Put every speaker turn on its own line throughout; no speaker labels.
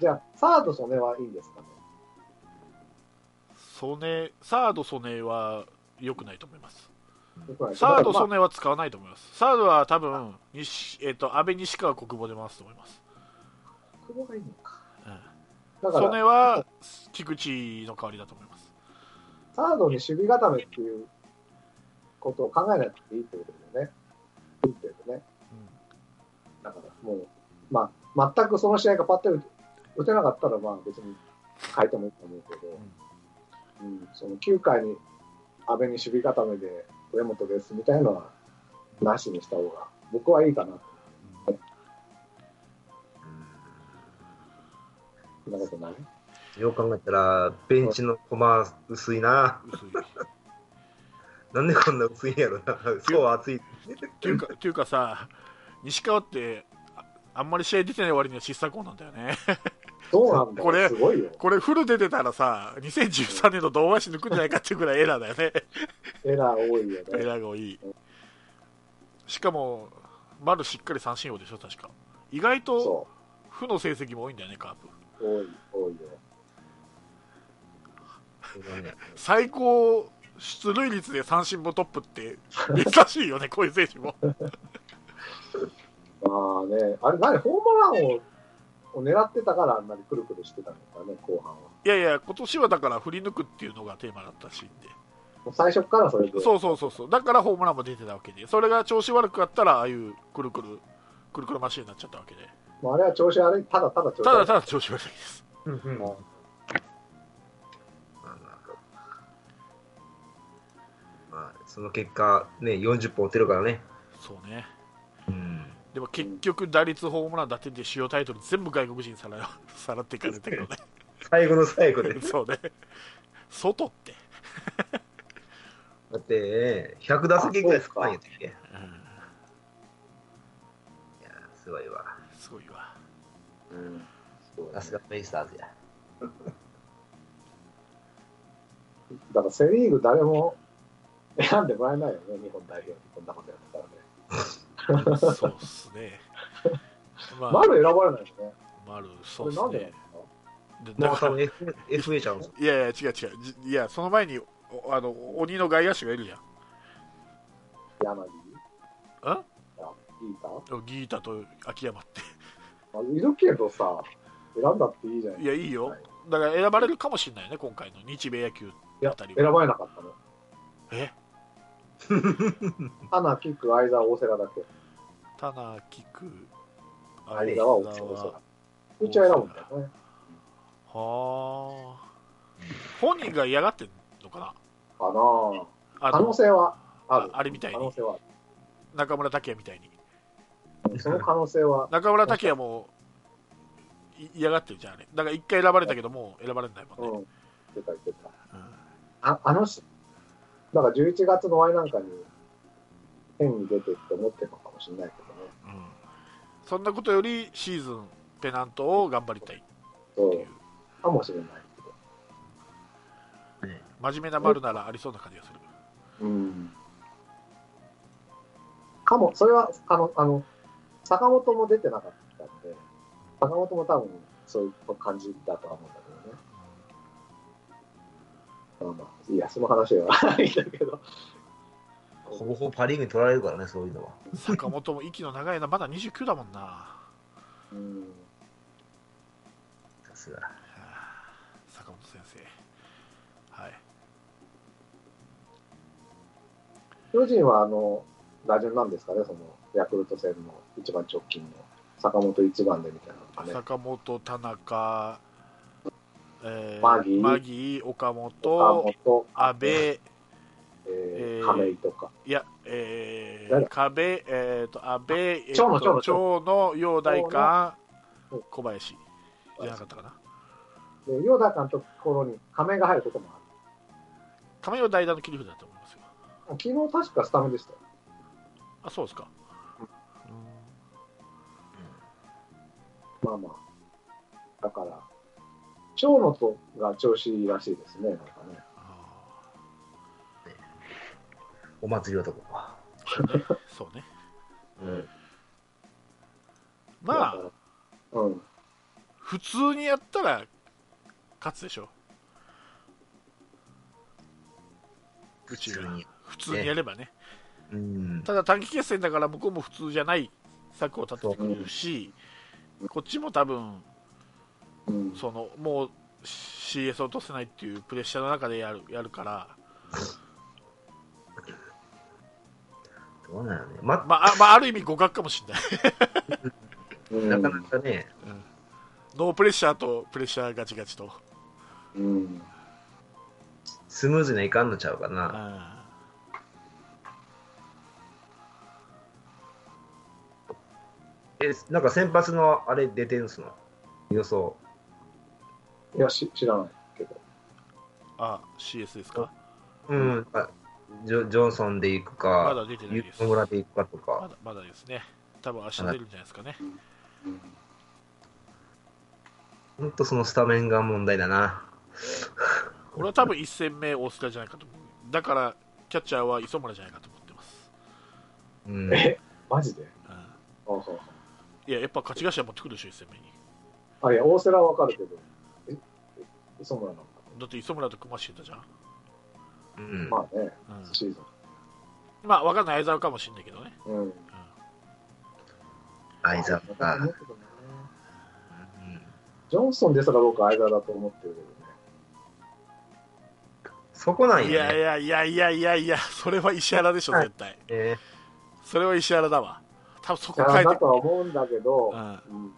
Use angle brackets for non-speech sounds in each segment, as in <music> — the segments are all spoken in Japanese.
じゃあ、サード曽根はいいんですかね。
ソネサードソネは良くないと思います
よくない
サードソ
ま
ネは使わないと思いますサードは多分西、えっと安倍西川国母で回すと思います
あ久保がいいのか。だか
ソ
ら、
ネは菊池の代わりだと思います
サードに守備固めっていうことを考えなくていいってことだよね。いいってことね。だから、もう、まあ、全くその試合がパッと打て打てなかったら、まあ別に変えてもいいと思うけど、うん、その9回に安倍に守備固めで上本ですみたいなのは、なしにした方が、僕はいいかな。そんなことない
よう考えたら、ベンチのコマ薄いな。
うん薄い
なんでこんな薄いんやろ <laughs> な。そう厚い。
<laughs>
ていうかていうかさ西川ってああんまり試合出てない割には失策王なんだよね
そうなんだよ
これ
すごいよ。
これフルで出てたらさ2013年の同和誌抜くんじゃないかっていうくらいエラーだよね
エラー多いよ
エ
ね。
ラーが多いしかも丸しっかり三振王でしょ確か意外と
そ
負の成績も多いんだよねカープ
う。多い、多いよ。
最高出塁率で三振もトップって珍しいよねこういう選手も
まあね、あれ、何、ホームランをを狙ってたから、あんなにくるくるしてたんだね、後半は。
いやいや今年はだから振り抜くっていうのがテーマだったしんで
もう最初からそれで。
そうそうそうそうだからホームランも出てたわけでそれが調子悪くあったらああいうくるくるくるくるマシンになっちゃったわけで
もうあれは調子悪い、ただただ調子
た
悪
だ
い。
ただ調子悪いです
も
まあ、その結果、ね、40本打てるからね。
そうね
うん。
でも結局打率ホームラン打点で主要タイトル全部外国人にさら <laughs> さらっていかれたけどね
最後の最後で。
そうね外って
だって、100打席ぐらい少ないんやったっけいや
うん
ー、すごいわ。
すごいわ
ううんそうだ
さ
ね
すがベイスターズや。
だからセ・リーグ誰も選んでもらえないよね、日本代表にこんなことやってたらね。
そうっすねまあ
丸選ばれないよね。
丸そ
こ
う
れ
で
な
す
んでなん
ね
ですか
でだか
もう多
ら
分 F- FA ちゃうんですよ。
<laughs> いやいや違う違うじいやその前におあの鬼の外野手がいるじゃん
柳
あ
いいか
ギータと秋山って
あいるけどさ、選んだっていいじゃない
いやいいよだから選ばれるかもしれないよね今回の日米野球
いや
あたりは
選ばれなかったの。
え
<laughs> 花、キック、相沢、大瀬良だけ。
田中菊
相沢、
相沢
大瀬良。
は
うちは選ぶんだよね。
あ本人が嫌がってんのかな
かな
あ
あ可能
の
性はある。
ああれみたいに
可能性はあ
中村拓也みたいに、
る。その可能性は
中村拓也もい嫌がってるじゃんあれだから一回選ばれたけどもう選ばれないもん
う
ね、
ん、出た出た。
うん
ああのし、だから11月の終わりなんかに、変に出てって思ってるのかもしれないけどね。
うんそんなことよりシーズンペナントを頑張りたい
そ
っていう
う、かもしれないけど。
真面目な丸ならありそうな感じがする
うん。かも、それは、あの、あの、坂本も出てなかったんで、坂本も多分、そういう感じだとは思うんだけどね。まあまあ、いいや、その話はいいんだけど。
ほぼほぼパ・リーグに取られるからね、そういうのは。
坂本も息の長いなまだ29だもんな
うん。
さすが。
坂本先生はい
巨人は、あの、打順なんですかね、その、ヤクルト戦の一番直近の、坂本一番でみたいなのがね。
坂本田中、えー
マギー
マギー岡
岡
本
本、
阿部い
え
え
ー、
ー
亀井とか。
やえ
誰
ー、壁えー、と阿部えー
長野長野
と長野陽大館
長野
小林じゃなかったかな
で、ヨダ監督のところに亀井が入ることもある。
亀代代打の切り札だと思いますよ
昨日確かスタメンでしたよ。
あそうですか、
まあまあ。だから、長野とが調子いいらしいですね、なんかね。
あ
お祭り男。
ーそうね
うん。
まあ
あ。うん。
普通にやったら勝つでしょうちが
に。
普通にやればね
うん。
ただ短期決戦だから向こうも普通じゃない策を立ててくるしこっちも多分
うん
そのもう CS を落とせないっていうプレッシャーの中でやるやるから、
どうなのね。ま、
まああまあ、ある意味互角かもしれない
うん
なかなかね、
ノープレッシャーとプレッシャーガチガチと、
うん
スムーズにはいかんのちゃうかな。え、なんか先発のあれ出てんすの予想。
いやし知らないけど
あ CS ですか
うん。あジョジョンソンで行く
ま
か、
だ出てない
ユ
です
野村で行くかと
ま
か。
だまだですね多分明日出るんじゃないですかね
うん
ほんとそのスタメンが問題だな。
俺は多分1戦目大須賀じゃないかと思うだからキャッチャーは磯村じゃないかと思ってます、
うん。
えマジで
うん
あそう
いややっぱ勝ち頭持ってくるでしょ1戦目に
あいや大瀬良はわかるけどええ磯村なんか
だって磯村と組ましてたじゃん、
うん。
まあね
うん
シーズ
まあ分かんない相沢かもしれないけどね
ンうん
相沢
なん
か。う
か
ん
ねジョンソンですら僕は相沢だと思ってるけどね
そこなん
い
や、
や
ね。
いやいやいやいやいやそれは石原でしょ絶対
え
それは石原だわ多分そこ
だか
変
ら
えて
だとは思うんだけど、う
う
んん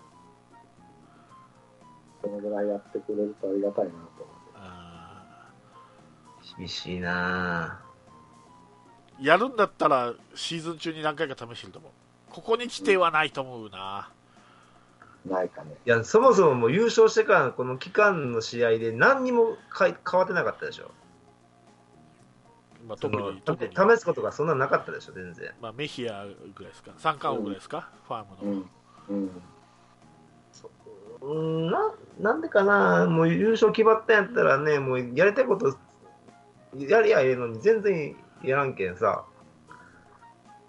そのぐらいやってくれるとありがたいなと思って
あ
ー厳しいな
ーやるんだったらシーズン中に何回か試してると思うここに来てはないと思うな、
ないかね
いや、そもそももう優勝してからのこの期間の試合で何にもかい変わってなかったでしょ。
まあ、
そ
特
の
に特に、
試すことがそんななかったでしょ、全然。
まあ、メヒアぐらいですか三冠王ぐらいですか、ファームの、
んうん
うーんななんでかな、もう優勝決まったんやったらね、もうやりたいことやりゃええのに、全然やらんけんさ、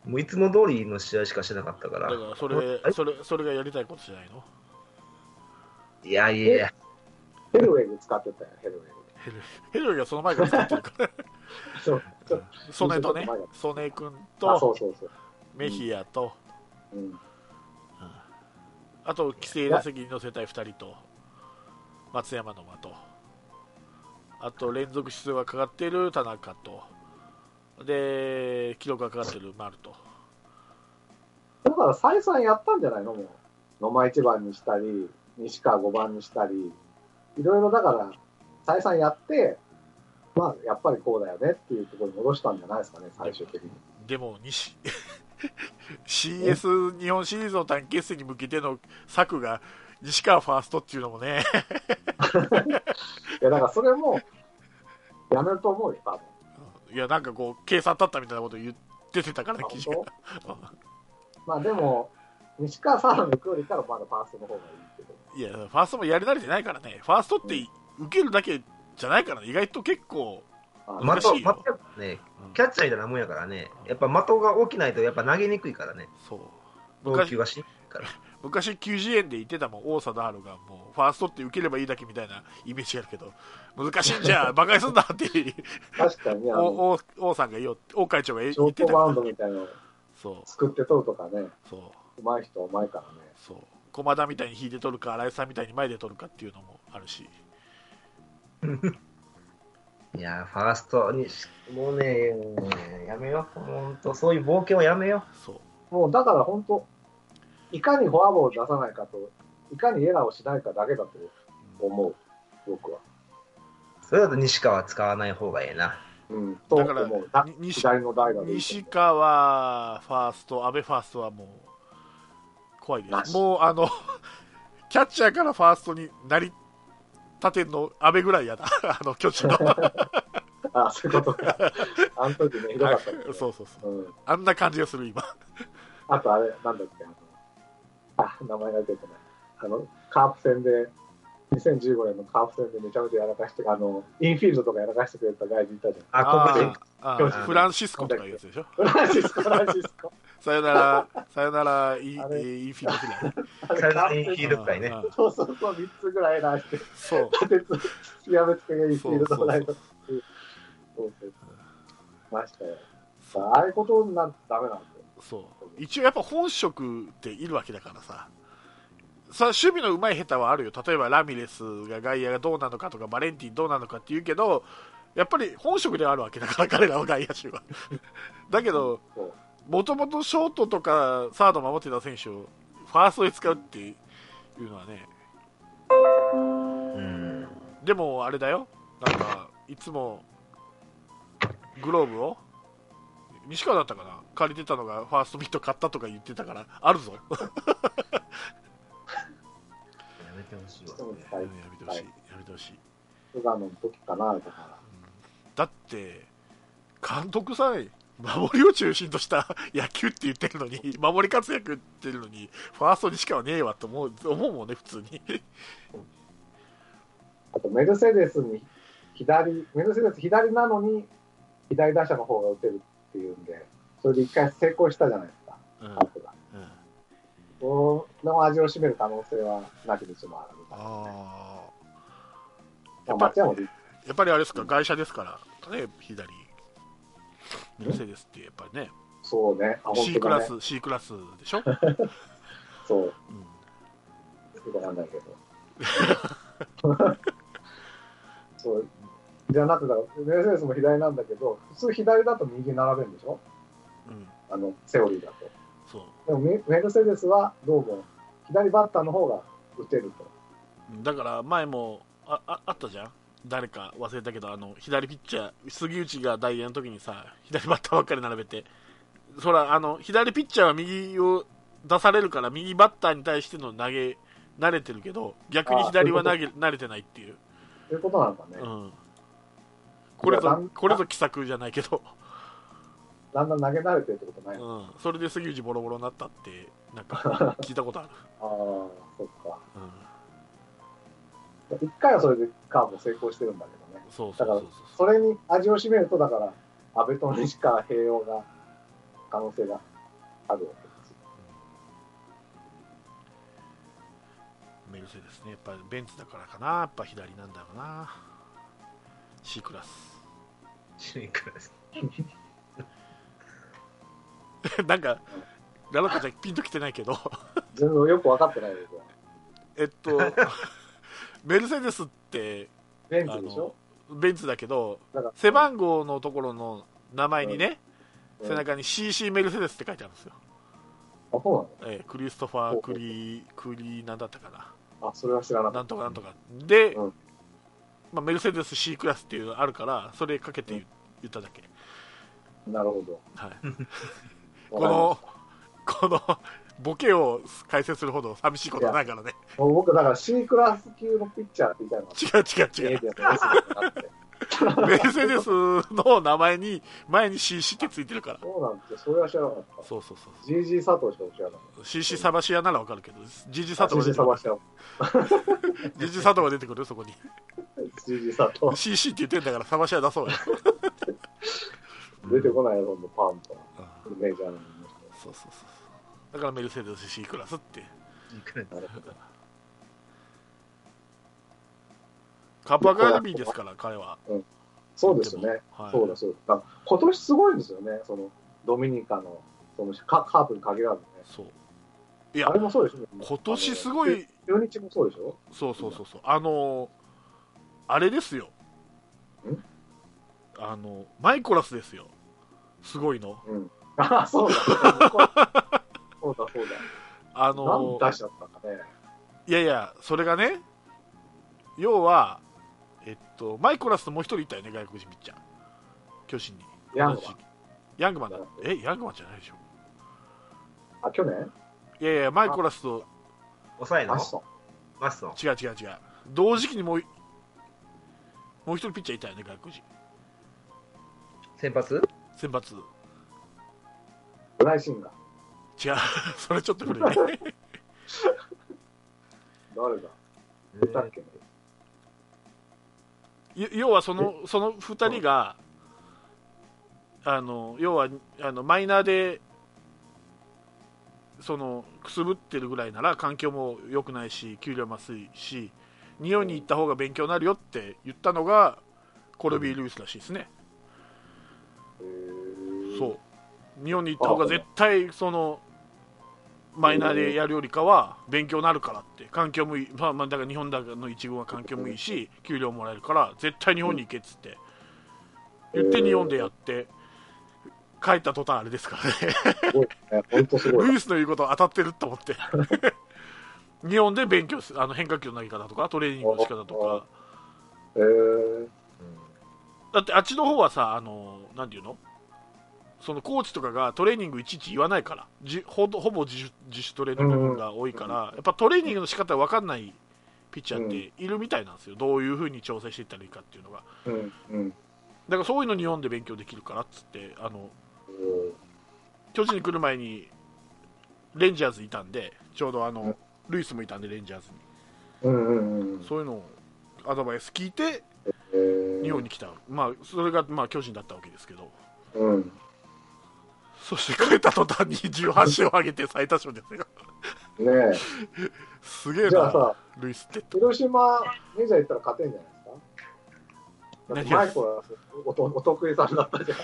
もういつも通りの試合しかしてなかったから
だか、らそ
も
れ
うあれ
それそれがやりたいことじゃないの
いやいやいや、
ヘルウェイグ使ってたよヘルウェイグ
ヘルヘルがその前から使ってるから
そう <laughs> そう
ソネとね
ちょっと前だ
ソネ君
あそ
と
うそうそう、
メヒアと、
うん、
あと規制打席に乗せたい2人と松山の間とあと連続出場がかかっている田中とで記録がかかっている丸と
だから再三やったんじゃないのもう野間1番にしたり西川5番にしたりいろいろだから再三やってまあやっぱりこうだよねっていうところに戻したんじゃないですかね最終的に
でも <laughs> 西 CS 日本シリーズの短期決戦に向けての策が西川ファーストっていうのもね
いやだからそれもやめると思うよ多分
いやなんかこう計算立ったみたいなこと言っててたから
本
記事が
当まあでも西川さんの行くよりからまだファーストの方がいいけど
いやファーストもやり慣れてないからねファーストって受けるだけじゃないからね意外と結構
あ
ま
的
難しい
的
よ
やからね、キャッチャーみたいなもんやからね、やっぱ的が起きないと、やっぱ投げにくいからね、
そう
投球がしにくいから。
昔90円で言ってたもん王貞治がもうファーストって受ければいいだけみたいなイメージがあるけど難しいんじゃ馬鹿にすんだって
確かにねあの
王王王さんが言おう王会長が言っ
ショ
言っ
ー
て
ト
たか
バウン
ら
ドみたいなの
そう
作って取るとかね
そう
上手い人は上手いからね
そう駒田みたいに引いて取るか荒井さんみたいに前で取るかっていうのもあるし
いやーファーストにし、もうね、やめよう、もう本当、そういう冒険はやめよ
そう
もうだから本当、いかにフォアボール出さないかと、いかにエラーをしないかだけだと思う、僕は。
う。それだと西川は使わない方がええな。
うん、と
だから
思う。だ
に西
左の代打でいいと
西川ファースト阿部ファーストはもう怖いで
な
す
し
もうあの <laughs> キャッチャーからファーストになりたてんの阿部ぐらいやだ <laughs> あの巨人の
思う。あ、そういうこと
<laughs>
か。あの時ね、ひどかったけど、
そうそうそう
うん。
あんな感じがする今
あとあれ、なんだっけ、あの、あ、名前が出てない。あの、カープ戦で、2015年のカープ戦でめちゃめちゃやらかして、あの、インフィールドとかやらかしてくれた外人いたじゃん。
あ、
あ
黒人
ーあ
巨
ー
人
フランシスコとかいうやつでしょ
フランシスコ、フランシスコ。
さよなら、さよなら、インイ
あれ
ンフィニティライン
あれ
サ
完
ルティン
璧
ヒール会ね。
うんうん
そうそうそう、3つぐらいなして、
そう。
立てつつ、やめつけがいいフ
そ
ィー
う
ル
そ
ド
う
ないと。そうそう。ましたよ。ああいうことになるとダメなんだよ。
そう一応やっぱ本職っているわけだからささ守備の上手い下手はあるよ例えばラミレスが外野がどうなのかとかバレンティンどうなのかって言うけどやっぱり本職ではあるわけだから <laughs> 彼らは外野手はだけど
そう
もともとショートとかサード守ってた選手をファーストで使うっていうのはね
うん。
でもあれだよなんかいつもグローブを西川だったかな借りてたのがファーストミット買ったとか言ってたからあるぞ
やめてほしい
で
わ。
も
ね
最
やめてほしい、やめてほしい、
菅野の時かな、だか
だって監督さえ守りを中心とした <laughs> 野球って言ってるのに守り活躍って言ってるのにファーストにしかはねえわと思う思うもんね普通に <laughs>
ら。あと、メルセデスに左、メルセデス左なのに、左打者の方が打てるっていうんで、それで一回成功したじゃないですか、
うん、う
カープが。
ん、
この味を占める可能性はなきにしもあらず。
あ
まあ、松山も立
やっぱりあれですか外車ですからね左メルセデスってやっぱりね
そうね、あ、本
C ク
当だ
ラ
ね。
ス C クラスでしょ、
そう、
うん
よくわかんないけど。
<laughs>
そう、じゃなくてだろ、メルセデスも左なんだけど、普通左だと右並べるんでしょ
うん、
あの、セオリーだと。
そう
でもメメルセデスはどうも、左バッターの方が打てると。
だから前もあああったじゃん誰か忘れたけどあの左ピッチャー杉内が代打の時にさ左バッターばっかり並べてそらあの左ピッチャーは右を出されるから右バッターに対しての投げ慣れてるけど逆に左は投げ慣れてないっていう、
ということなのかね、
うん、これ
いやだん
ぞこれぞ奇策じゃないけど、
だんだん投げ慣れてるってことな
う
いの、あ
ん、それで杉内ボロボロになったってなんか聞いたことある、
あ、そっか。
うん、
一回はそれでカーブ成功してるんだけどね。
そうそうそうそう
それに味を占めると、だから、安倍と西川併用が、可能性があるわけですよ。
メルセデスねやっぱりベンツだからかなやっぱ左なんだろうな C クラス <laughs>
C クラス。
なんかララコちゃんピンときてないけど <laughs>
全然よく分かってないけど、
え
<laughs>
っとメルセデスって
ベ
あ
ンツでし
の
ょ
ベンツだけど
だから
背番号のところの名前にね、
うん
背中に CC メルセデスって書いてあるんですよ、
あ、そうな
ええクリストファ
ほ
ー・
うほ
ク
う
リークリーなんだったかな
のあ、それは知らなか
な
っ
んとかなんとかで、
うん
まあ、メルセデス C クラスっていうのあるからそれかけて言言っただけ、
た。なるほど。
はい
<laughs> わか
こ
りま
の、この、ボケを解説するほど寂しいことはないからね。
したもう僕、だから C クラス級のピッチャーって言いたいのが
違う違う違
メ
う。
ディアのレスラーだなって。
メルセデスの名前に、前に CC ってついてるから。
そうなんですよ。それは知らなかった。
そうそうそうそ
GG 佐藤しか知らなかっ
う。CC サバシアならわかるけど、GG
た。
佐
GG
藤が出てく
サ
る
バ。シア。
GG 佐藤が出てくるよそこに。
GG 佐藤。
CC って言ってんだからサバシア出そうよ。
出てこないよ、ほんと、パンと。
うん
メジャーの
そうそうそうそう。だからメルセデス C クラスって。
C クラス
人。なるほど。
カップアカデミーですから、彼は。
そうですよね。
はい。
そうだそうだ。だから今年すごいんですよね、そのドミニカのそのカカープに限らずね。
そう。い
あ
や
れ、もそうでしょ
今年すごい。、
中日もそうでしょ
そうそうそうそうあのあれですよ
ん
あのマイコラスですよすごいの <laughs>
うん。ああ、そうだ。そうだ、そうだ。
あ
何
の
出しちゃったんだね。
いやいやそれがね要はえっとマイコラスともう一人いたよね外国人ピッチャー巨神に
ヤングマン
ヤングマンだえヤングマンじゃないでしょ
あ、去年
いやいやマイコラスと
抑えの
ア
マ
シソン。
ッソン。
違う違う違う同時期にもうもう一人ピッチャーいたよね外国人
先発
先発違う
ブライシンガー。
<laughs> それちょっと古いね
誰だ
え
出たっけね
よ要はそのその2人があの要はあのマイナーでそのくすぶってるぐらいなら環境も良くないし給料も安いし日本に行った方が勉強になるよって言ったのがコルビー・ルイスらしいですね、そう日本に行った方が絶対そのマイナーでやるよりかは勉強になるからって環境もいい、まあ、まあだから日本だけの一軍は環境もいいし給料もらえるから絶対日本に行けっつって言って日本でやって帰った途端あれですからね
すごいですね。本当すごい。
ルイスの言うことは当たってると
<laughs>
思って日本で勉強するあの変化球の投げ方とかトレーニングの仕方とか
えー、
だってあっちの方はさあのなんていうのそのコーチとかがトレーニングいちいち言わないからじほとほぼ自主自主トレの部分が多いから、やっぱトレーニングの仕方わかんないピッチャーっているみたいなんですよ、どういうふうに調整していったらいいかっていうのが
うんうん。
だからそういうの日本で勉強できるからっつってあの巨人に来る前にレンジャーズいたんでちょうどあ
うん
のルイスもいたんでレンジャーズに
うんうんうん。
そういうのをアドバイス聞いて
えー
日本に来た、まあ、それが、まあ、巨人だったわけですけど
うん。
そして帰った途端に18勝を挙げて最多勝ですよ
ね
すげえ
え。じゃあ
な
さ、
ルイスって
広島、メジャー行ったら勝てんじゃないですかだってマイコはおとお得意さんだったじゃん。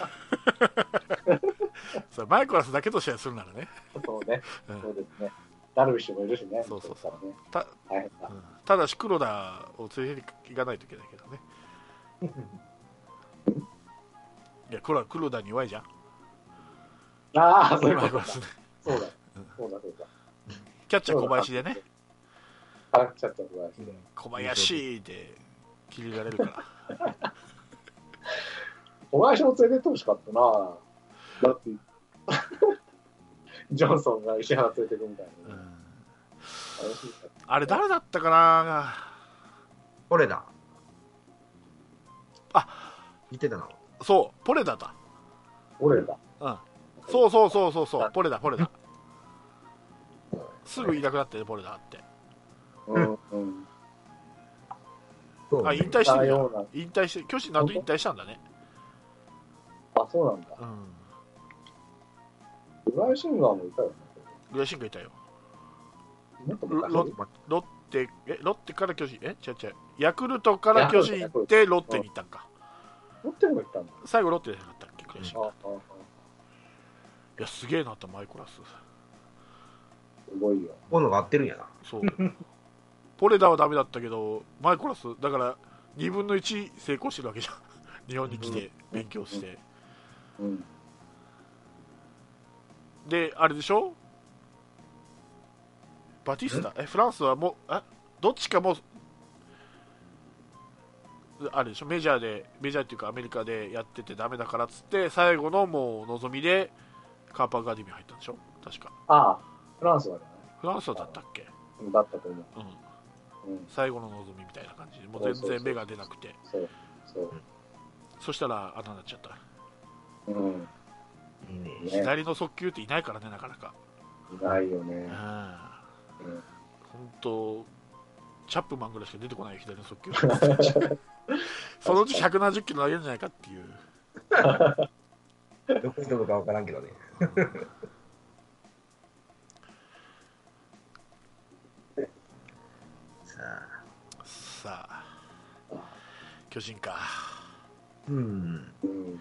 <laughs>
それマイクラスだけと試合するならね
そうね
うん。
そうですね。ダルビッシュもいるしね。。
そうそうそう
ね、
た,、
大変だ
う。んただし黒田を連れていかないといけないけどねいや黒田黒田に弱いじゃん
ああ、そういう
マ
こと
イクラ
か。
スね
そうだ。そうだ、そうだ。
キャッチャー小林でね
辛くちゃったぐらいですね。
小林で切れられるから
小林も連れてってほしかったな。だって、 <laughs> ジョンソンが石原連れてくみたいな
う
ね。
ん
楽しみだ
あれ誰だったかな
これだ。
あ
言ってたの。
そうポレダだ、
俺だ。
うん、そうそうそうそうそうポレダポレダすぐいなくなってねポレダって
うんうん。
そう、ね。
あ引退してるよ
ような。
引退して巨人なんと引退したんだね
あ、そうなんだ。
うん
浦井シンガーもいたよね。
グレシングいたよ
もっと
ちょっ
昔
と待って
ロッテえロッテから巨人え違う違うヤクルトから巨人行ってロッテに行ったんか
持ってもいたんだ。
最後ロッテじゃなかったっけグレシン
あ
グ
あ、ああ
いやすげえなとマイコラス
すごいよ。
こういうのが合ってるんやな。
そうポレダはダメだったけどマイコラスだから2分の1成功してるわけじゃん日本に来て勉強して
うん。
であれでしょバティスタえフランスはもうえどっちかもうあれでしょメジャーでメジャーっていうかアメリカでやっててダメだからっつって最後のもう望みでカーパーガーディミー入ったんでしょ確か
ああ、フランスはじ
フランスだったっけ、
ゃないだったと思う。
うん、
うん。
最後の望みみたいな感じでもう全然芽が出なくて
そう。そう。
そしたら穴になっちゃった
うん。
いいね。
ね、い
左の速球っていないからねなかなか
ないよ
う
ね
ん。
うん
本当チャップマンぐらいしか出てこないよ左の速球そのうち170キロ投げるんじゃないかっていう
どこに飛ぶかわからんけどね。さあ。
さあ巨人か
うん。
うん。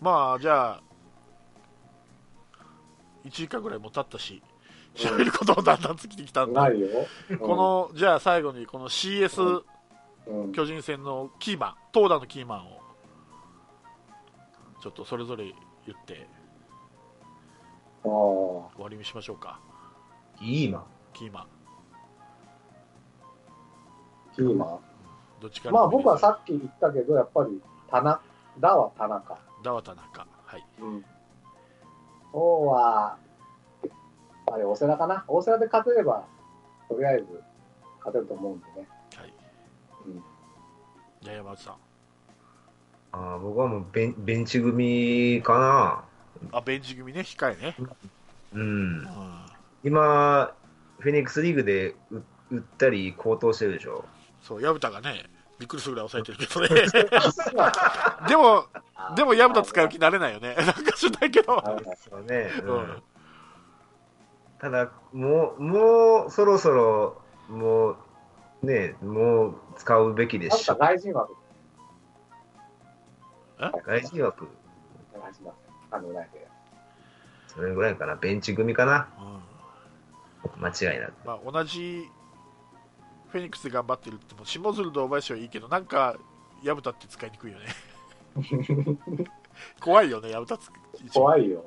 まあじゃあ1時間ぐらいも経ったし喋ることもだんだん尽きてきたんで、
ないよ。うん
こ、のじゃあ最後にこの CS
うん、
巨人戦のキーマン投打のキーマンをちょっとそれぞれ言って
あ
終わりにしましょうか
いいな。
キーマン
あ、キーマ
どっちか
ン。
らで
まあ
もいいです
僕はさっき言ったけど、やっぱり、田中。だは田中。
ダワタナカはい
うん。そうは、あれ、大瀬良かな。大瀬良で勝てれば、とりあえず勝てると思うんで <laughs> ね。
はい
うん。
じゃあ山内さん
ああ、僕はもうベンベンチ組か
あベンチ組ね控えね、
な。うん
う。ん、
今、フェニックスリーグでう売ったり、高騰してるでしょ。
そう薮田がねびっくりするぐらい抑えてるけどね
で
<laughs> でも <laughs> でも薮田使う気になれないよねなんかしないけど
はいはい
そうね。
うん
ただ、もう、もう、そろそろ、もう、ね、もう使うべきで
あん
したょ。
外人枠。
外人枠、
外人枠。あの、ないで。
それぐらいかな。ベンチ組かな。
うん
間違いなく。
まあ、同じフェニックスで頑張ってるっても下鶴と大林はいいけどなんか薮田って使いにくいよね <laughs> 怖いよね薮田つ
<laughs> 怖
い
いよ。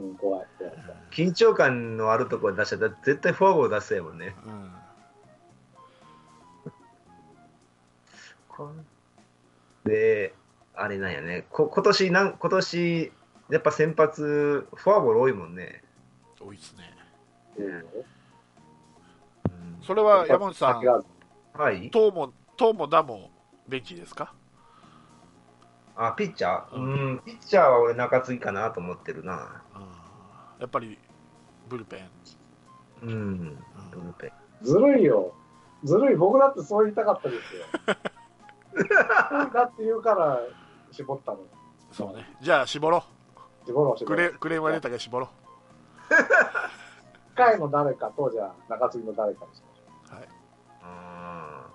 うん、怖い。怖い
緊張感のあるところ出したら、絶対フォアボール出せやもんね。
うん
で、あれなんやね。こ今年なん、今年、やっぱ先発、フォアボール多いもんね。
多いですね
うん
うん
それは山本さん
先が
はい。
東も東もダもベンチですか
あ、ピッチャー
う
うんん、ピッチャーは俺中継ぎかなと思ってるな。
うんやっぱりブルペン、
うん。
う
ブ
ん
ルペン
ずるいよ。ずるい。僕だってそう言いたかったですよ。
<laughs>
だって言うから、絞ったの。
そうねじゃあ絞ろ
絞ろう、
う
絞
ク
ろう
レ。クレームは出たけど絞ろ
一回の誰かと、じゃあ、中継ぎの誰かにしましょ
う、はい、
あ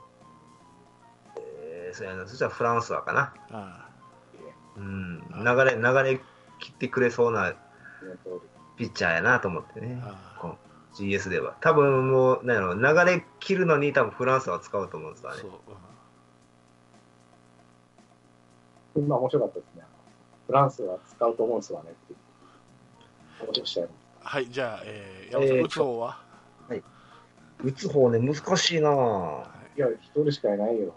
ーえー、そうやな。そしたらフランスはかな。
あ
うん。流れ、流れ切ってくれそうな
う言う通り。
ピッチャーやなと思って
あ
ね。
あ
こう GS では。多分もう、なんやろ、流れ切るのに多分フランスは使うと思うんですわ
あ
ね
そう。、うん
今面白かったですね。フランスは使うと思うんですわねって。面白い試合
はいじゃあ、えー、山本さん
えー
打つ方は、
打つ方ね、難しいなぁ。
いや、一人しかいないよ。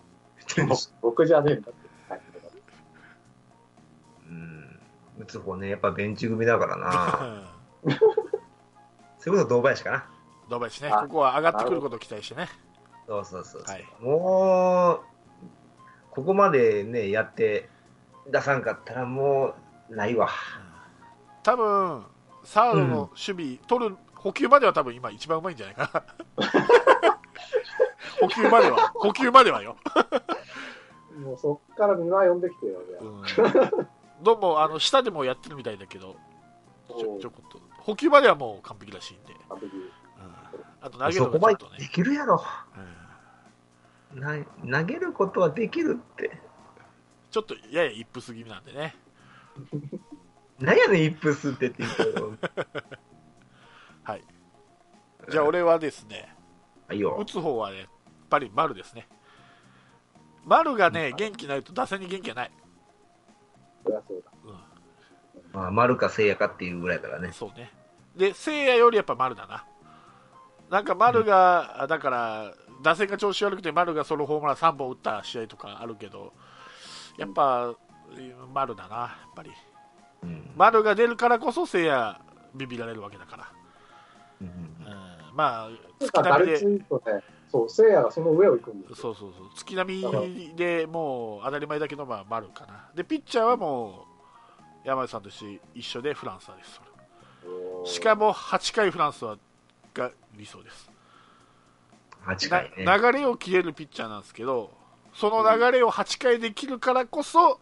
<laughs> 僕じゃねえんだって。はい
うん。打つ方ね、やっぱベンチ組だから
<laughs>
な
うん
それこそ堂林かな。
堂林ね、
あ
ここは上がってくることを期待してね。
そうそうそうそう
はい
もう、ここまでね、やって出さんかったらもう、ないわ。
多分サードの守備、取る補給までは多分今一番うまいんじゃないかな。 <laughs> 補給までは、補給まではよ。
もうそっから見舞い呼んできてよ。じゃあ
うんどうもあの下でもやってるみたいだけど、ちょちょこっと補給まではもう完璧らしいんで、
完璧
うんあと投げる
そ
のが
こ
ち
ま
ょ
で
っと
で
ね、
きるやろ。
うん
な投げることはできるって。
ちょっとやや一歩過ぎなんでね。
なんやねん、イップスってって言うけど。
じゃあ俺はですね、
あいい
打 <laughs>
よ。
つ方はね、やっぱり丸ですね。丸がね、元気ないと打線に元気がない。
そりゃそうだ。
うん
まあ、丸か聖夜かっていうぐらいだからね。
そうね。で、聖夜よりやっぱ丸だな。なんか丸が、あだから、打線が調子悪くて丸がソロホームラン3本打った試合とかあるけど、やっぱ、うん丸だな、やっぱり。
うん。
丸が出るからこそ聖夜ビビられるわけだから。
うん
うん、まあ、
だ
月
から
並み
ル
で
ツ、イートね、そう、聖夜がその上を行くんですよ。
そうそうそう、月並みでもう当たり前だけど、まあ丸かな。で、ピッチャーはもう、山内さんと一緒一緒でフランスです。しかも8回フランスはが理想です。
8
な
回ね。
流れを切れるピッチャーなんですけど、その流れを8回で切るからこそ、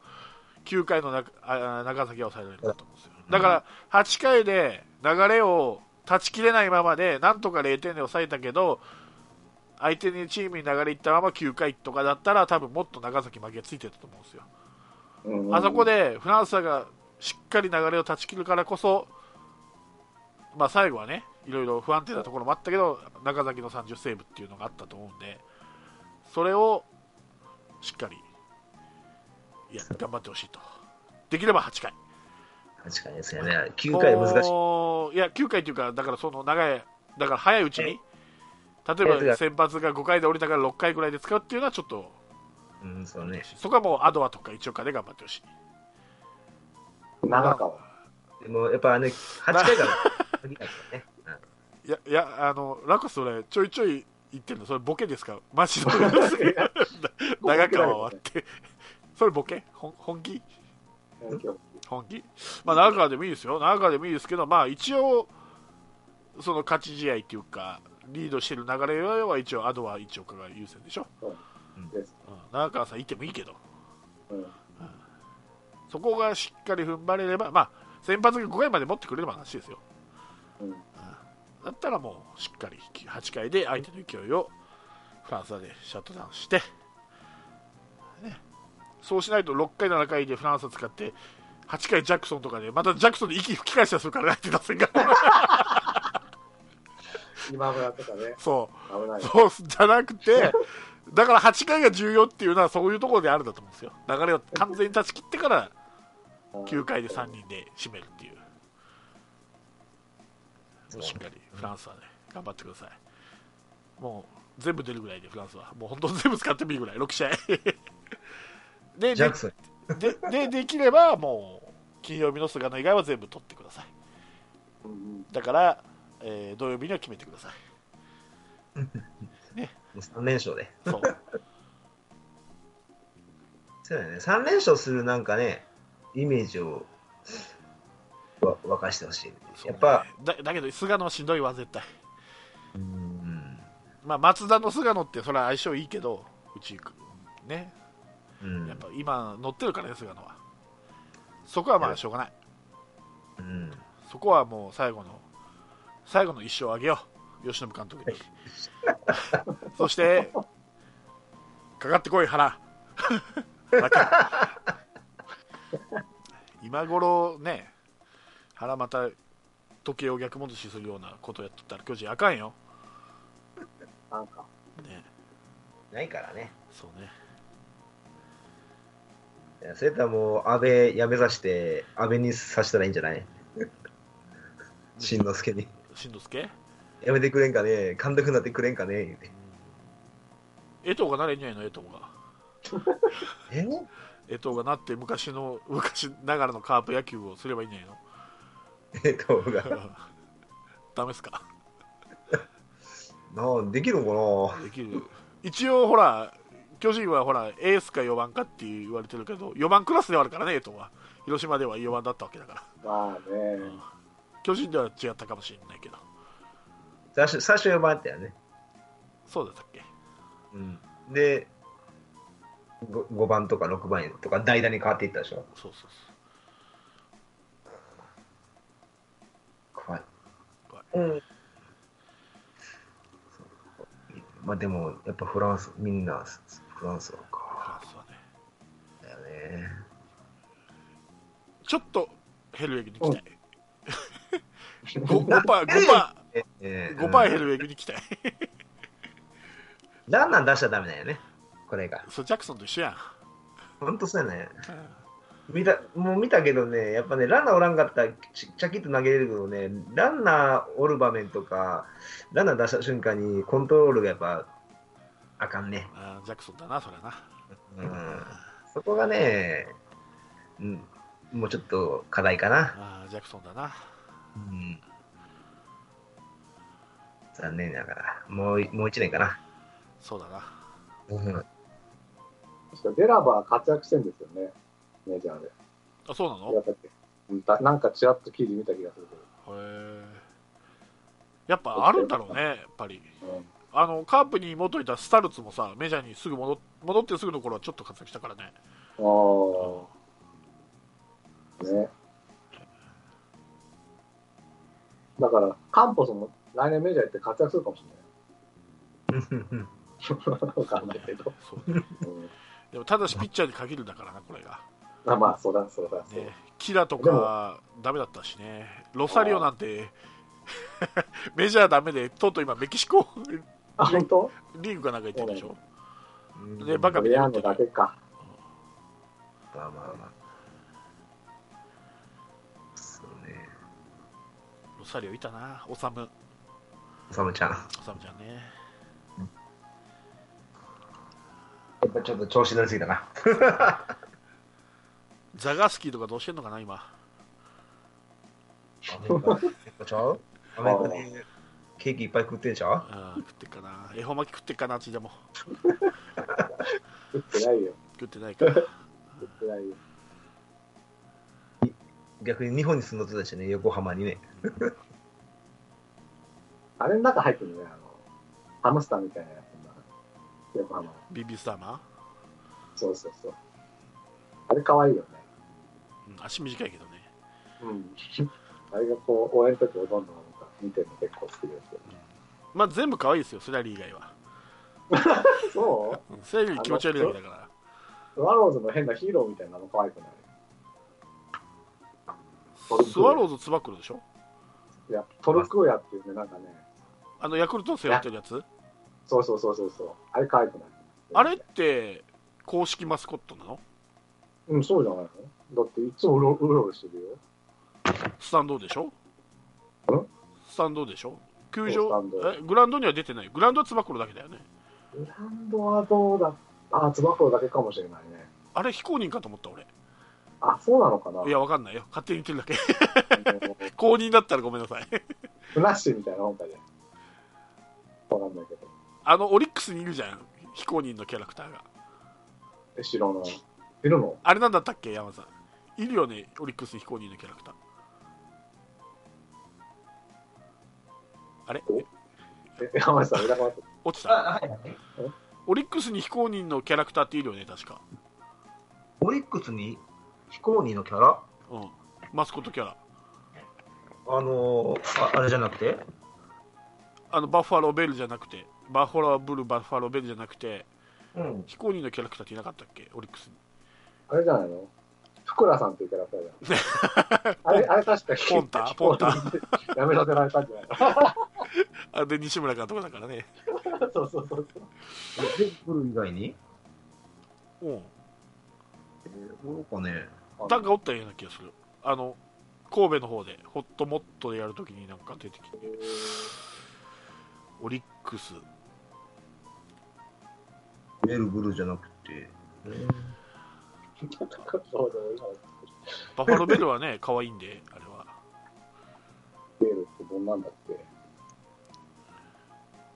9回の中あ長崎は抑えられるんだと思うんですよ。だから、8回で流れを断ち切れないままで、なんとか0点で抑えたけど、相手にチームに流れいったまま9回とかだったら、多分もっと長崎負けついてたと思うんですよ。
うん
あそこ。でフランスがしっかり流れを断ち切るからこそ、まあ、最後はねいろいろ不安定なところもあったけど中崎の30セーブっていうのがあったと思うんでそれをしっかりいや頑張ってほしいとできれば8回
8回ですよね。9回難しい。
もういや9回というかだからその長いだから早いうちに例
早
え
く
ば
や
先発が5回で降りたから6回ぐらいで使うっていうのはちょっと
うん、そうね。
そこはもうアドアとか一岡で頑張ってほしい
長川。
でも、やっぱね、8回
<laughs>
から鍵だからね。うん
いや、いや、あの、ラコスそれ、ちょいちょい言ってるの、それボケですかマジの長川はって。それボケほん本気
うん今日
本気まあ、長川でもいいですよ。長川でもいいですけど、まあ、一応、その勝ち試合っていうか、リードしてる流れは一応、アドは一応が優先でしょ。
です。
うん、長川さんいてもいいけど、
うん
そこがしっかり踏ん張れれば、まあ、先発が5回まで持ってくれれば話ですよ。
ううん
だったらもうしっかり8回で相手の勢いをフランスはでシャットダウンして、ねそうしないと6回、7回でフランスは使って8回ジャクソンとかでまたジャクソンで息吹き返したりするからね相手打
<laughs>
線が
今村とかね、
そ
危な
う
い。
そうじゃなくてだから8回が重要っていうのはそういうところであるんだと思うんですよ流れを完全に断ち切ってから9回で3人で締めるっていう。 <laughs>
そう
しっかりフランスはね、頑張ってください。もう全部出るぐらいで、フランスは。もう本当全部使ってもいいぐらい、6試合。 <laughs> で
ジャ
で
クソン。
でで、できればもう金曜日の菅野以外は全部取ってください。
うんうん
だから、えー土曜日には決めてください。
3連勝で。
そう
そうだよね。3連勝するなんかね、イメージをわ沸かしてほしい、
そうね
<laughs> やっぱ、
だだけど、菅野はしんどいわ、絶対。
うん。
まあ、松田の菅野って、それは相性いいけど、うち行く。ね、
うん
やっぱ今、乗ってるからね、菅野は。そこはまあ、しょうがない。
うん。
そこはもう最後の最後の一生をあげよう、吉信監督に。 <laughs> そして、かかってこい、
<laughs>
原。また今頃ね、原また時計を逆戻しするようなことやっとったら巨人あかんよ。
なんか、
ね、
ないからね。
そうね。
いやそれとはもう、安倍辞めさせて、安倍にさせたらいいんじゃないしんのすけに。
しんどすけ
やめてくれんかね監督になってくれんかね
江藤がなれんじゃないの、江藤が。
え
江藤がなって昔の、昔ながらのカープ野球をすればいいんじゃないの
えっと、が
ダメっすか
なあできるのか
できる一応ほら巨人はほらエースか4番かって言われてるけど4番クラスではあるからねエイトンは広島では4番だったわけだから
まあね、
巨人では違ったかもしれないけど
な最初、最初4番やったよね。
そうだったっけ
うん。で、ご 5, 番とか6番とか代打に変わっていったでしょ。
そうそうそう
怖い。
怖い
うん。まあでも、やっぱフランス、みんなフランスなの
フラ
か。
ンスはね
だよね。
ちょっとヘルウェグに来たい 5%,
う
5%, 5%,
えー
5%ヘ
うん
ルウェグに来たい
ランナー出しちゃダメだよね。これが。
そうジャクソンと一緒やん
ほんとそうやね。見たもう見たけどね、やっぱね、ランナーおらんかったら、ちちゃきっと投げれるけどね、ランナーおる場面とか、ランナー出した瞬間にコントロールがやっぱ、あかんね。
あージャクソンだなそれな
うん。そこがね、うん、もうちょっと課題かな。
あージャクソンだな
うん。残念ながら、もうい、もう一年かな。
そうだな
うん。
確か <laughs> デラバー活躍してんですよね、メジャーで。
あそうなの
やったっけうんたなんかちらっと記事見た気がする
へーやっぱあるんだろうねやっぱり
けど、うん
あのカープに戻いたスタルツもさメジャーにすぐ戻っ戻ってすぐの頃はちょっと活躍したからね
ああ、ね。だから、カンポスも来年メジャー行って活躍するかもしれない。
<laughs>
わかんないけど。
そうね
うん
でもただしピッチャーに限るだからなこれが、
あまあ、そうだ、そうだ、そうだ
ね、キラとかダメだったしねロサリオなんてメジャーダメでとうとう今メキシコ <laughs>
あ、本当
リーグかなんか行ってるでしょ
で
でバカみたいに
や
なっ
ん
て
の
る
だけか。
まあまあまあ。そうね。
ロサリオいたなオサム
サムちゃん。
オサムちゃんね
やっぱちょっと調子乗りすぎたな。
ザガスキーとかどうしてんのかな今
アメリカやっぱちゃうアメリカでケーキいっぱい食ってんちゃう
あー食ってっかな恵方巻き食ってっかなちでも
打ってないよ、
食ってないから
打ってないよ。
逆に日本に住んどってたしね、横浜にね。
あれの中入ってるね、あの、ハムスターみたいなやつな。横浜の。
ビビスターマ
そうそうそう。あれ可愛いよね。
ー、うん足短いけどね
<laughs> うん。あれがこう、応援の時踊るのがなんか見てるの結構好きですけ
まあ全部可愛いですよ、スラリー以外は。
ど。そう
スラリー気持ち悪いだけだから。
スワローズの変なヒーローみたいなの可愛くないトルク
スワローズつば九郎でしょ
いや、トルクーヤっていうね、なんかね、
あのヤクルトを背負ってるやつ
そうそうそうそうそう、あれ可愛くない
あれって公式マスコットなの
うん、そうじゃないのだっていつもうろうろうろしてるよ。
スタンドでしょ
ん
スタンドでしょ球
そうスタ
場
ンド
えグラウンドには出てないグラウンドはつば九郎だけだよね
ブランドはどうだあ、つば九郎だけかもしれないね。
あれ非公認かと思った俺
あ、そうなのかない
やわかんないよ勝手に言ってるだけ
あの
公認だったらごめんなさい
フラッシュみたいなもんかね。わかんないけど。
あのオリックスにいるじゃん非公認のキャラクターが
え、知らない。いるの
あれなんだったっけ山さんいるよねオリックスに非公認のキャラクターあれ
おえ、山内さん、裏側って。
落ちた
あはい
オリックスに非公認のキャラクターっているよね確か、
オリックスに非公認のキャラ
うん、マスコットキャラ
あのー、ああれじゃなくて
あのバッファローベルじゃなくてバッファローブルバッファローベルじゃなくて
うん。
非公認のキャラクターっていなかったっけオリックスに
あれじゃないのふくらさんっていうキャラクターじゃ
<laughs>
ん。あれ、あれ確か
ポンタポンタ。
<laughs> やめさせられたんじゃない
あで西村監督だからね
のそうそうそうそう。
で、ブルー以外に
うん
えー、おろかね。
なんかおったような気がするあの神戸の方でホットモットでやるときになんか出てきてオリックス
メルブルーじゃなくて。
そうでも今の
バッファローベルはね <laughs> 可愛いんであれは
ベールってどんなんだっけ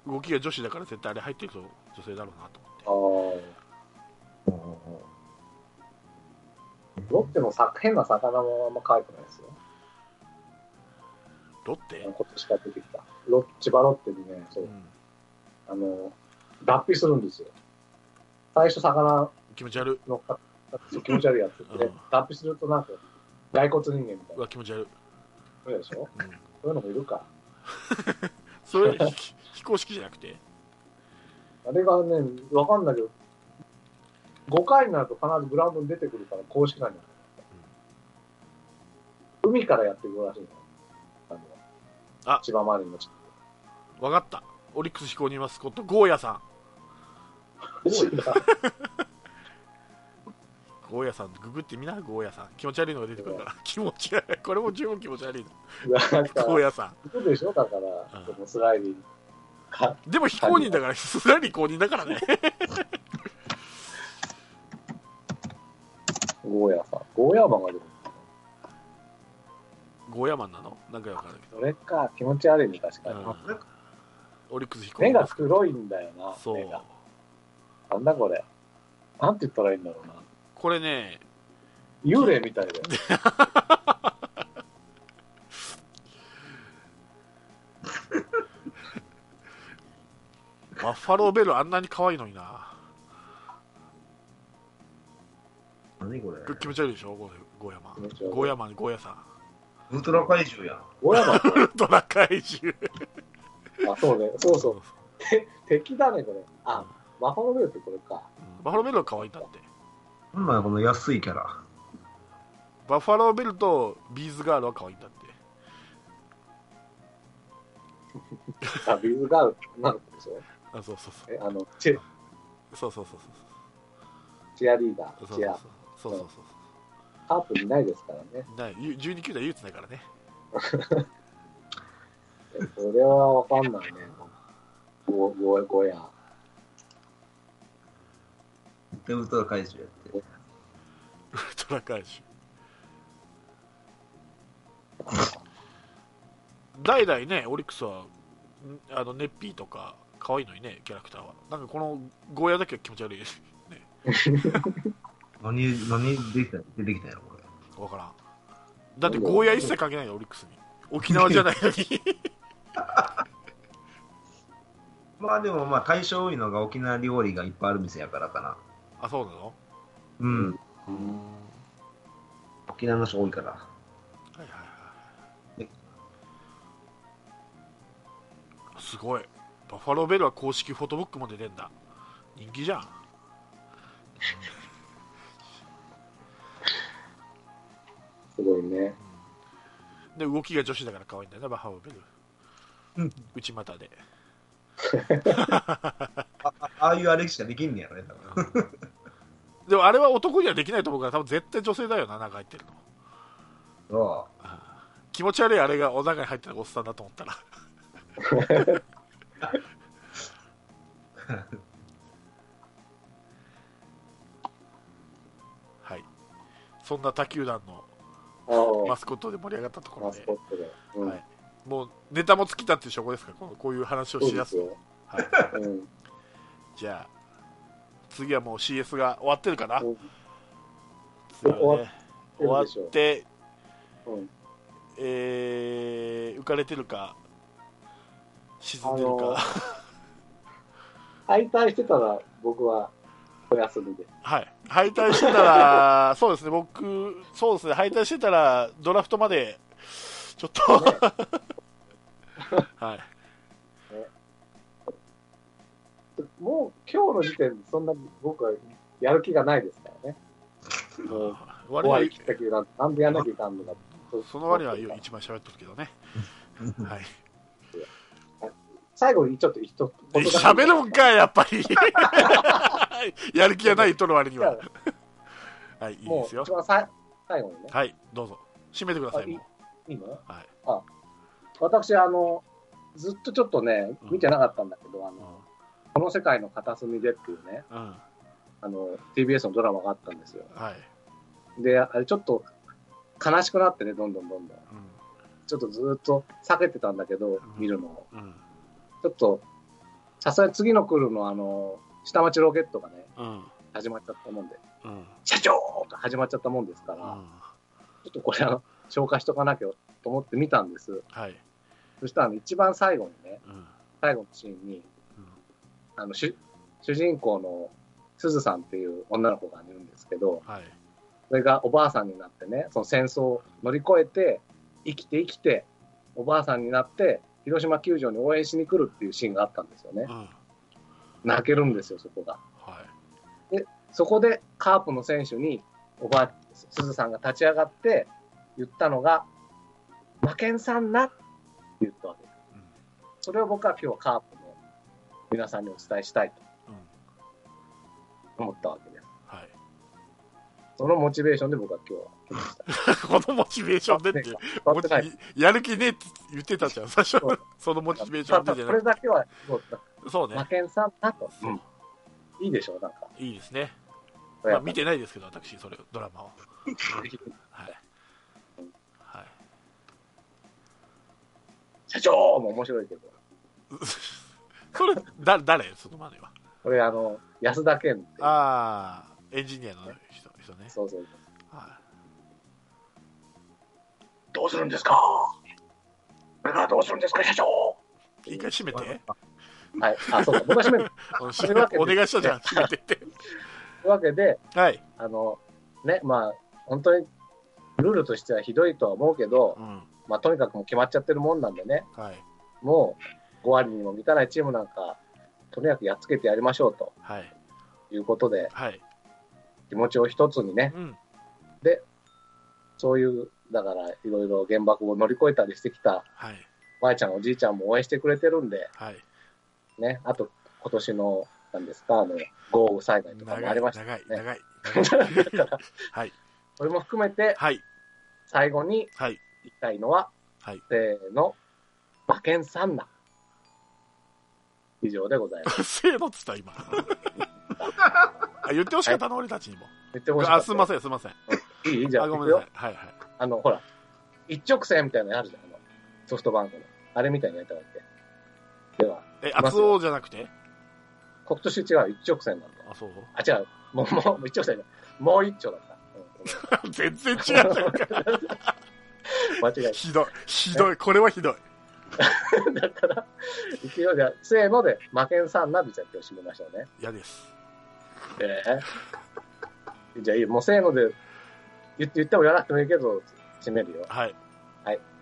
動きが女子だから絶対あれ入ってると女性だろうなと思って
ああ。ロッテのさ変な魚もあんま可愛くないですよ。
ロッテ
今年から出てきた。ロッ千葉ロッテにね、そううんあの、脱皮するんですよ。最初、魚
気持ち悪い
のか気持ち悪いやつで、
うん
脱皮するとなんか、骸骨人間みたいうな。
わ気持ち悪い、
そうでしょ
うん、
そういうのもいるか。
それ <laughs> 非非公式じゃなくて
あれがね、わかんないけど、5回になると必ずグラウンドに出てくるから公式なんじゃない海からやってくるらしいのよ。あの、
あ
千葉マリンの近
わかったオリックス非公認マスコットゴーヤさん
くに。
ゴーヤさんググってみなゴーヤさん気持ち悪いのが出てくるから <laughs> 気持ち悪いこれも十分気持ち悪いな
なんか、
ゴーヤさ
そうでしょだから、
うん
そのスライディング。
んでも非公認だからすらり公認だか
<laughs>
らね
ゴーヤさん。ゴーヤーマンが出てくる。
ゴーヤマンなのなんかよくわかるけ
それか、気持ち悪いね、確か
ど、
に。
うん
なんか
オリックス非公
目
認
が黒いんだよな。
そう
目がなんだこれ。なんて言ったらいいんだろうな。
これね
幽霊みたいだよ。
<laughs> バッファローベルあんなに可愛いのにな
何これ
気持ち悪いでしょゴーゴーヤマ
気持ち悪
ン
い
ゴーヤマンゴーヤさん <laughs>
ウルトラ怪獣やん。
ゴーヤー
ウルトラ怪獣
マン。あ、そうね。そうそう。敵だね、これ。あ、魔法のベルってこれか。
うんバッファローベルは可愛いんだって
なんなんやこの安いキャラ。
バッファローベルとビーズガールは可愛いんだって
あ、ビーズガール女の子でしょ。
あそうそうそう
え、あの、チェ
そうそうそうそう
チアリーダ
そう
ー、
そう
チア。
そうそうそう
カープにないですからね。
ないゆ12球団唯一ないからね <laughs>
えそれはわかんないね。ゴーゴーゴーヤー。
で、ウルトラ怪獣やって。
ウルトラ怪獣代々ねオリックスはんあのネッピーとか可愛いのにねキャラクターはなんかこのゴーヤだけは気持ち悪い <laughs> です
何、何できた出てきたんやろ、これ。
分からんだってゴーヤ一切関係ないよオリックスに沖縄じゃないのに
まあでも、まあ、対象多いのが沖縄料理がいっぱいある店やからかな。
あそうなの
う。
うんうん。
沖縄の人多いから。
はいはいはいすごいバファローベルは公式フォトブックも出てんだ人気じゃん
すごいね。
で動きが女子だから可愛いんだよねバファローベル、
うん、
内股で
ああいうアレキシができんねやろね、多分。
でもあれは男にはできないと思うから多分絶対女性だよな中入ってるの
そ
気持ち悪いあれがお腹に入ってるおっさんだと思ったらはいそんな他球団の
ああ、
マスコットで盛り上がったところ
マ
で
スコットで。うん
はいもうネタも尽きたっていう証拠ですかこのこういう話を
そう
し
で
や
す
す
よ。
はい
うん。
じゃあ次はもう CS が終わってるかな、
うん
次はね
終
終
わ
わ
ってるでしょ
って
うん
えー浮かれてるか沈んでる
あの
か
敗退してたら僕はお休みで。
<laughs> <laughs> はい敗退してたら <laughs> そうですね僕そうですね敗退してたらドラフトまでちょっと <laughs> はい
もう今日の時点でそんなに僕はやる気がないですからね。もう終
割
わ
合
りきった球団、なんでやんなきゃいかんのか。
その割には一番喋っとるけどね、
<laughs> う。
はい、
最後にちょっと一つ。
え喋るんかいやっぱり <laughs> やる気がないとの割にははいいいで
も
す
う
よ
一番さい最後にね。
はいどうぞ締めてください
あいい
もう
いいの
はい
あ私、あの、ずっとちょっとね、見てなかったんだけど、あの、この世界の片隅でっていうね、
うん、うん
あの、TBS のドラマがあったんですよ。
はい、
で、あれちょっと悲しくなってね、どんどんどんどん。ちょっとずっと避けてたんだけど、見るのを。
うんうん
ちょっと、さすがに次の来るの、あの、下町ロケットがね、
うん
始まっちゃったもんで、
うん
社長が始まっちゃったもんですから、ちょっとこれ、あの、消化しとかなきゃと思って見たんです。
はい、
そしたら、あの一番最後にね、
うん
最後のシーンに、あの、主主人公の鈴さんっていう女の子がいるんですけど、
はい、
それがおばあさんになってね、その戦争を乗り越えて、生きて生きて、おばあさんになって、広島球場に応援しに来るっていうシーンがあったんですよね
う。ん、はい、
泣けるんですよ、そこが。そこでカープの選手におばあ、鈴さんが立ち上がって言ったのが、負けんさんなって言ったわけです。それを僕は今日カープの皆さんにお伝えしたい
うん、うん、
と思ったわけです。 <laughs>
はい。
そのモチベーションで僕は今日は来ました。
このモチベーションでって、
変わってない。
やる気ねって言ってたじゃん、最初
そう。
そのモチベーショ
た
ン
だ
でじゃ
こ
なく
れだけはそう
て、そうね
負。けんさんなと、
そう
いいでしょう、なんか。
いいですね。
や
まあ
っぱ
見てないですけど、私、それ、ドラマを。
り
はい。はい。 <laughs>
社長も面白いけど、
それ、だ、誰その真似は。
これあの、安田健っていう
ああ、エンジニアの人、人ね。
そうそうそう。
は
どうするんですかこれからどうするんですか、社長
い。一回閉めて。
はい、あ、そうか、僕は閉める。
うん
そういうわけで
お願いしたじゃん、閉めてって。
というわけで、
はい。
あの、ね、まあ、本当に、ルールとしてはひどいとは思うけど
う、ん。
まあ、とにかくもう決まっちゃってるもんなんでね、
はい。
もう5割にも満たないチームなんか、とにかくやっつけてやりましょうと
はい。
いうことで、
はい。
気持ちを一つにね、
うん。
そういう、だから、いろいろ原爆を乗り越えたりしてきた、
はい。
ばあちゃん、おじいちゃんも応援してくれてるんで、
はい。
ね、あと、今年の、なんですか、あの、豪雨災害とかもあ
長
り
い、
ました。
長い、
ね
長
<laughs>
い。はい。
それも含めて、
はい。
最後に
はい。 <laughs>
言いたいのは、
はい。
せーの、馬券サンナ。以上でございます。
せーのっつっ
<laughs>
た、今。あ言ってほしかったの、俺たちにも。
言ってほしい。
あ、すいません、すいません。
せん。いいじゃあ、
あ、ご
行
め
く
んなさ
よ
い。。はいはい。
あの、ほら、一直線みたいなのあるじゃん。あのソフトバンクの。あれみたいにやりたいって。では、
え、
ま
厚
す
尾じゃなくて
今年違う、一直線なんだ。
あ、そう <laughs>
あ、違う、もう、もう、一直線じゃないもう一丁だった。う
全然
<laughs>
違うじゃんか。
ん間違え
ひどい。ひどい。これはひどい。
た。だから、行くよ。じゃあ、せーので、馬券サンナでじゃあ今日締めましょうね。
嫌です。
ええじゃあいいよ。もうせーので言って、言ってもやらなくてもいいけど、締めるよ。
はい。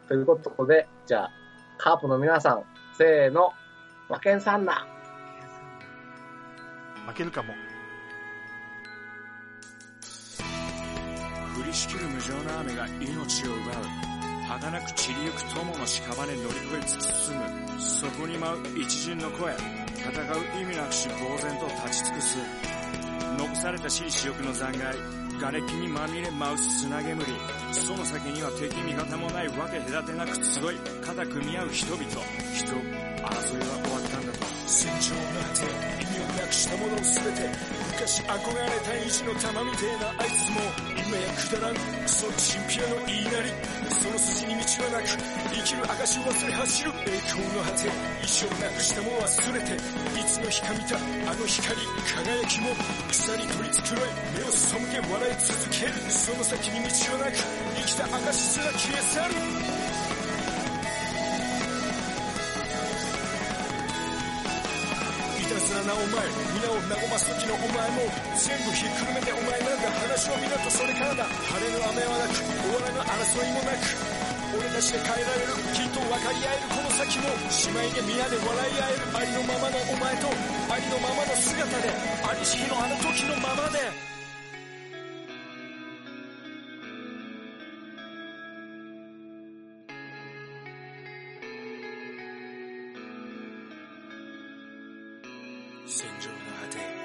ということで、じゃあ、カープの皆さん、せーの、馬券さんな。
負けるかも
降りしきる無情な雨が命を奪う儚く散りゆく友の屍に乗り越え突き進むそこに舞う一陣の声戦う意味なくし呆然と立ち尽くす残された死に死翼の残骸瓦礫にまみれ舞う砂煙その先には敵味方もないわけ隔てなく集い肩組み合う人々人争いは終わったんだと戦場の果て意味をなくしたもの全て昔憧れた意地の玉みてえなあいつも今やくだらんクソチンピラの言いなりその筋に道はなく生きる証を忘れ走る栄光の果て意地をなくしたも忘れていつの日か見たあの光輝きも草に取り繕い目を背け笑い続けるその先に道はなく生きた証すら消え去るいたずらなお前皆を和ます時のお前も全部ひっくるめてお前なんだ話を見ろとそれからだ晴れの雨はなく終わらぬ争いもなく俺たちで変えられるきっと分かり合えるこの先も姉妹で皆で笑い合えるありのままのお前とありのままの姿でありしきのあの時のままで戦場の果て